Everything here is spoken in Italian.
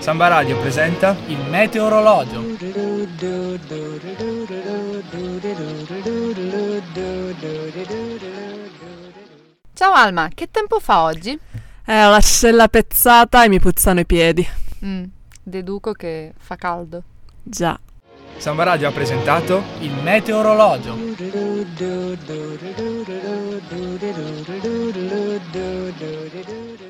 Samba Radio presenta Il meteorologio. Ciao Alma, che tempo fa oggi? Eh, ho la scella pezzata e mi puzzano i piedi. Mm, deduco che fa caldo. Già. Samba Radio ha presentato Il meteorologio. do do do do do do do do do do do do do do do